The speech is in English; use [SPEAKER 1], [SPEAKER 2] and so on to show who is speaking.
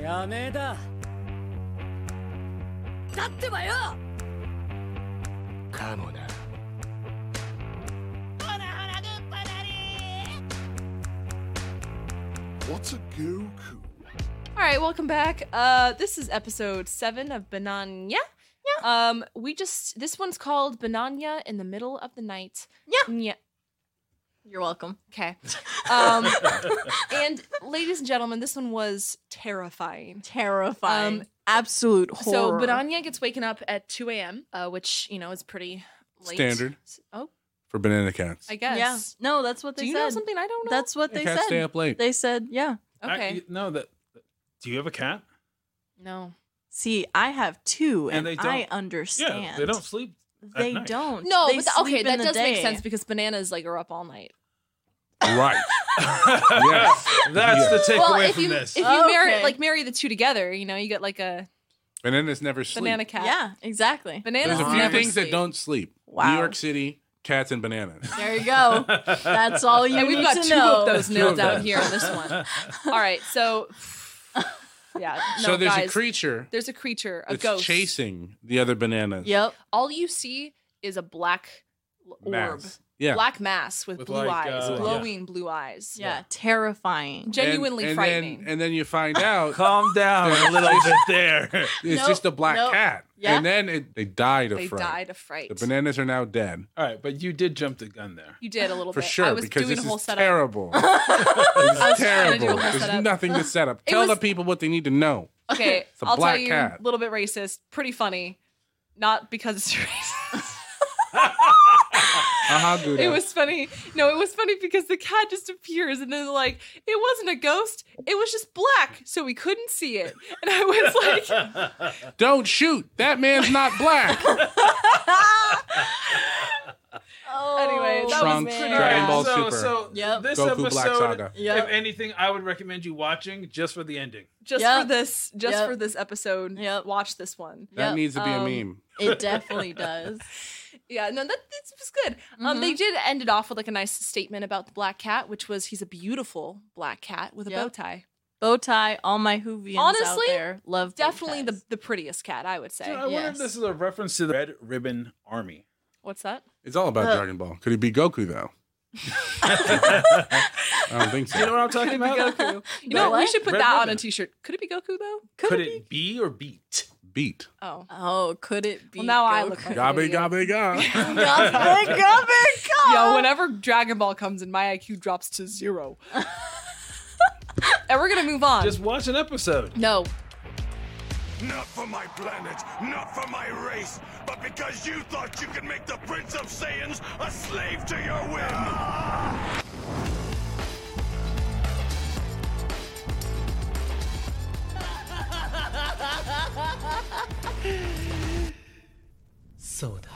[SPEAKER 1] やめだ
[SPEAKER 2] だってばよ
[SPEAKER 3] かもな
[SPEAKER 2] ほらほらグッパなり
[SPEAKER 3] What's a Goku?
[SPEAKER 4] All right, welcome back. Uh, this is episode seven of Bananya. Yeah. Um, we just this one's called Bananya in the middle of the night.
[SPEAKER 5] Yeah.
[SPEAKER 4] Yeah.
[SPEAKER 5] You're welcome.
[SPEAKER 4] Okay. Um, and ladies and gentlemen, this one was terrifying.
[SPEAKER 5] Terrifying.
[SPEAKER 4] Um,
[SPEAKER 5] Absolute horror.
[SPEAKER 4] So Bananya gets waken up at 2 a.m., uh, which you know is pretty late.
[SPEAKER 6] Standard
[SPEAKER 4] Oh,
[SPEAKER 6] for banana cats.
[SPEAKER 4] I guess.
[SPEAKER 5] Yeah. No, that's what they
[SPEAKER 4] Do you
[SPEAKER 5] said.
[SPEAKER 4] know something I don't know?
[SPEAKER 5] That's what they
[SPEAKER 6] cats
[SPEAKER 5] said.
[SPEAKER 6] stay up late.
[SPEAKER 5] They said, yeah.
[SPEAKER 4] okay.
[SPEAKER 6] I, no, that
[SPEAKER 3] Do you have a cat?
[SPEAKER 4] no.
[SPEAKER 5] See, I have two, and,
[SPEAKER 3] And they
[SPEAKER 5] I
[SPEAKER 3] don't-
[SPEAKER 5] understand.
[SPEAKER 3] Yeah, they don't sleep. at
[SPEAKER 5] They
[SPEAKER 3] night.
[SPEAKER 5] don't.
[SPEAKER 4] No,
[SPEAKER 5] They
[SPEAKER 4] but the- okay,
[SPEAKER 5] sleep in
[SPEAKER 4] that
[SPEAKER 5] the
[SPEAKER 4] does make
[SPEAKER 5] day.
[SPEAKER 4] sense because bananas like are up all night.
[SPEAKER 6] right. yes.
[SPEAKER 3] That's the takeaway
[SPEAKER 4] well, if
[SPEAKER 3] from
[SPEAKER 4] you
[SPEAKER 3] this.
[SPEAKER 4] if you marry
[SPEAKER 5] Okay.
[SPEAKER 4] like marry the two together, you know, you get like a
[SPEAKER 6] Bananas never sleep.
[SPEAKER 4] banana cat.
[SPEAKER 5] Yeah, exactly.
[SPEAKER 4] Bananas
[SPEAKER 6] There's a few
[SPEAKER 4] never
[SPEAKER 6] things
[SPEAKER 4] sleep.
[SPEAKER 6] that don't sleep.
[SPEAKER 5] Wow.
[SPEAKER 6] New York City, cats and bananas.
[SPEAKER 5] There you go. That's all you
[SPEAKER 4] And we've
[SPEAKER 5] need
[SPEAKER 4] got
[SPEAKER 5] to
[SPEAKER 4] two
[SPEAKER 5] know.
[SPEAKER 4] of those nailed
[SPEAKER 6] Two of
[SPEAKER 4] out here on this one. All right, so yeah, no,
[SPEAKER 6] so there's
[SPEAKER 4] guys,
[SPEAKER 6] a creature
[SPEAKER 4] There's a creature, a
[SPEAKER 6] that's
[SPEAKER 4] ghost.
[SPEAKER 6] chasing the other bananas.
[SPEAKER 5] Yep.
[SPEAKER 4] All you see is a black l- orb,
[SPEAKER 6] Mass. Yeah.
[SPEAKER 4] black mass with,
[SPEAKER 3] With,
[SPEAKER 4] blue
[SPEAKER 3] like,
[SPEAKER 4] eyes,
[SPEAKER 3] uh,
[SPEAKER 4] glowing blue eyes.
[SPEAKER 5] Yeah. Terrifying.
[SPEAKER 6] And-
[SPEAKER 4] genuinely
[SPEAKER 6] and,
[SPEAKER 4] frightening.
[SPEAKER 6] Then, and then you find out
[SPEAKER 3] Calm down a little bit there.
[SPEAKER 6] it's
[SPEAKER 5] Nope,
[SPEAKER 6] just a black
[SPEAKER 5] nope.
[SPEAKER 6] cat.
[SPEAKER 5] Yeah.
[SPEAKER 6] And then it, they died of
[SPEAKER 4] they
[SPEAKER 6] fright.
[SPEAKER 4] died of fright.
[SPEAKER 6] The bananas are now dead.
[SPEAKER 3] All right, but you did jump the gun there.
[SPEAKER 4] you did a little
[SPEAKER 6] For
[SPEAKER 4] bit.
[SPEAKER 6] sure,
[SPEAKER 4] I was
[SPEAKER 6] because
[SPEAKER 4] doing
[SPEAKER 6] this
[SPEAKER 4] a whole
[SPEAKER 6] is
[SPEAKER 4] setup.
[SPEAKER 6] terrible. it's
[SPEAKER 4] trying to do a
[SPEAKER 6] terrible.
[SPEAKER 4] whole
[SPEAKER 6] There's
[SPEAKER 4] setup.
[SPEAKER 6] nothing to set up. Tell
[SPEAKER 4] was-
[SPEAKER 6] the people what they need to know.
[SPEAKER 4] Okay,
[SPEAKER 6] a
[SPEAKER 4] I'll tell
[SPEAKER 6] black
[SPEAKER 4] you. A
[SPEAKER 6] cat.
[SPEAKER 4] little bit racist. Pretty funny. Not because it's racist.
[SPEAKER 6] Aha, Gouda.
[SPEAKER 4] It was funny. No, it was funny because the cat just appears and then like it wasn't a ghost. It was just black, so we couldn't see it. And I was like,
[SPEAKER 6] Don't shoot. That man's not black.
[SPEAKER 5] Oh,
[SPEAKER 4] Anyway, that was
[SPEAKER 6] Trunks,
[SPEAKER 4] man.
[SPEAKER 6] Dragon Ball
[SPEAKER 3] so,
[SPEAKER 6] Super.
[SPEAKER 3] So
[SPEAKER 5] Yep.
[SPEAKER 3] this
[SPEAKER 6] Goku Black
[SPEAKER 3] episode,
[SPEAKER 6] Saga.
[SPEAKER 5] Yep.
[SPEAKER 3] if anything, I would recommend you watching just for the ending.
[SPEAKER 4] just
[SPEAKER 5] Yep.
[SPEAKER 4] for this, just
[SPEAKER 5] Yep.
[SPEAKER 4] for this episode,
[SPEAKER 5] Yep.
[SPEAKER 4] watch this one.
[SPEAKER 6] That
[SPEAKER 5] Yep,
[SPEAKER 6] needs to be
[SPEAKER 4] um,
[SPEAKER 6] a meme.
[SPEAKER 5] It definitely does.
[SPEAKER 4] Yeah, no, that this was good.
[SPEAKER 5] Mm-hmm.
[SPEAKER 4] Um, they did end it off with like a nice statement about the black cat, which was he's a beautiful black cat with a
[SPEAKER 5] Yep.
[SPEAKER 4] bow tie.
[SPEAKER 5] Bow tie, all my Hoovians out
[SPEAKER 4] Honestly,
[SPEAKER 5] there love bow
[SPEAKER 4] Definitely the
[SPEAKER 5] ties.
[SPEAKER 4] the prettiest cat, I would say.
[SPEAKER 3] Dude, I
[SPEAKER 6] uh,
[SPEAKER 3] wonder if
[SPEAKER 5] yes.
[SPEAKER 3] this is a reference to the Red Ribbon Army.
[SPEAKER 4] What's that?
[SPEAKER 6] It's all about
[SPEAKER 5] Uh,
[SPEAKER 6] Dragon Ball. Could it be Goku though? I don't think so.
[SPEAKER 3] You know what I'm talking about?
[SPEAKER 4] Goku. You know, what? we
[SPEAKER 5] What?
[SPEAKER 4] should put
[SPEAKER 3] Red
[SPEAKER 4] that on a
[SPEAKER 3] ribbon.
[SPEAKER 4] T-shirt. Could it be Goku though?
[SPEAKER 5] Could,
[SPEAKER 3] Could
[SPEAKER 5] it be?
[SPEAKER 3] it be or beat?
[SPEAKER 6] Beat.
[SPEAKER 4] Oh,
[SPEAKER 5] Oh, could it be?
[SPEAKER 4] well now I
[SPEAKER 5] Goku?
[SPEAKER 4] look like an
[SPEAKER 6] Gabe
[SPEAKER 4] idiot.
[SPEAKER 6] gabe ga.
[SPEAKER 5] Gobble, gobble,
[SPEAKER 4] Yo, whenever Dragon Ball comes in, my IQ drops to zero. and we're gonna move on.
[SPEAKER 3] Just watch an episode.
[SPEAKER 4] no.
[SPEAKER 7] Not for my planet, not for my race, but because you thought you could make the Prince of Saiyans a slave to your whim.
[SPEAKER 1] そうだ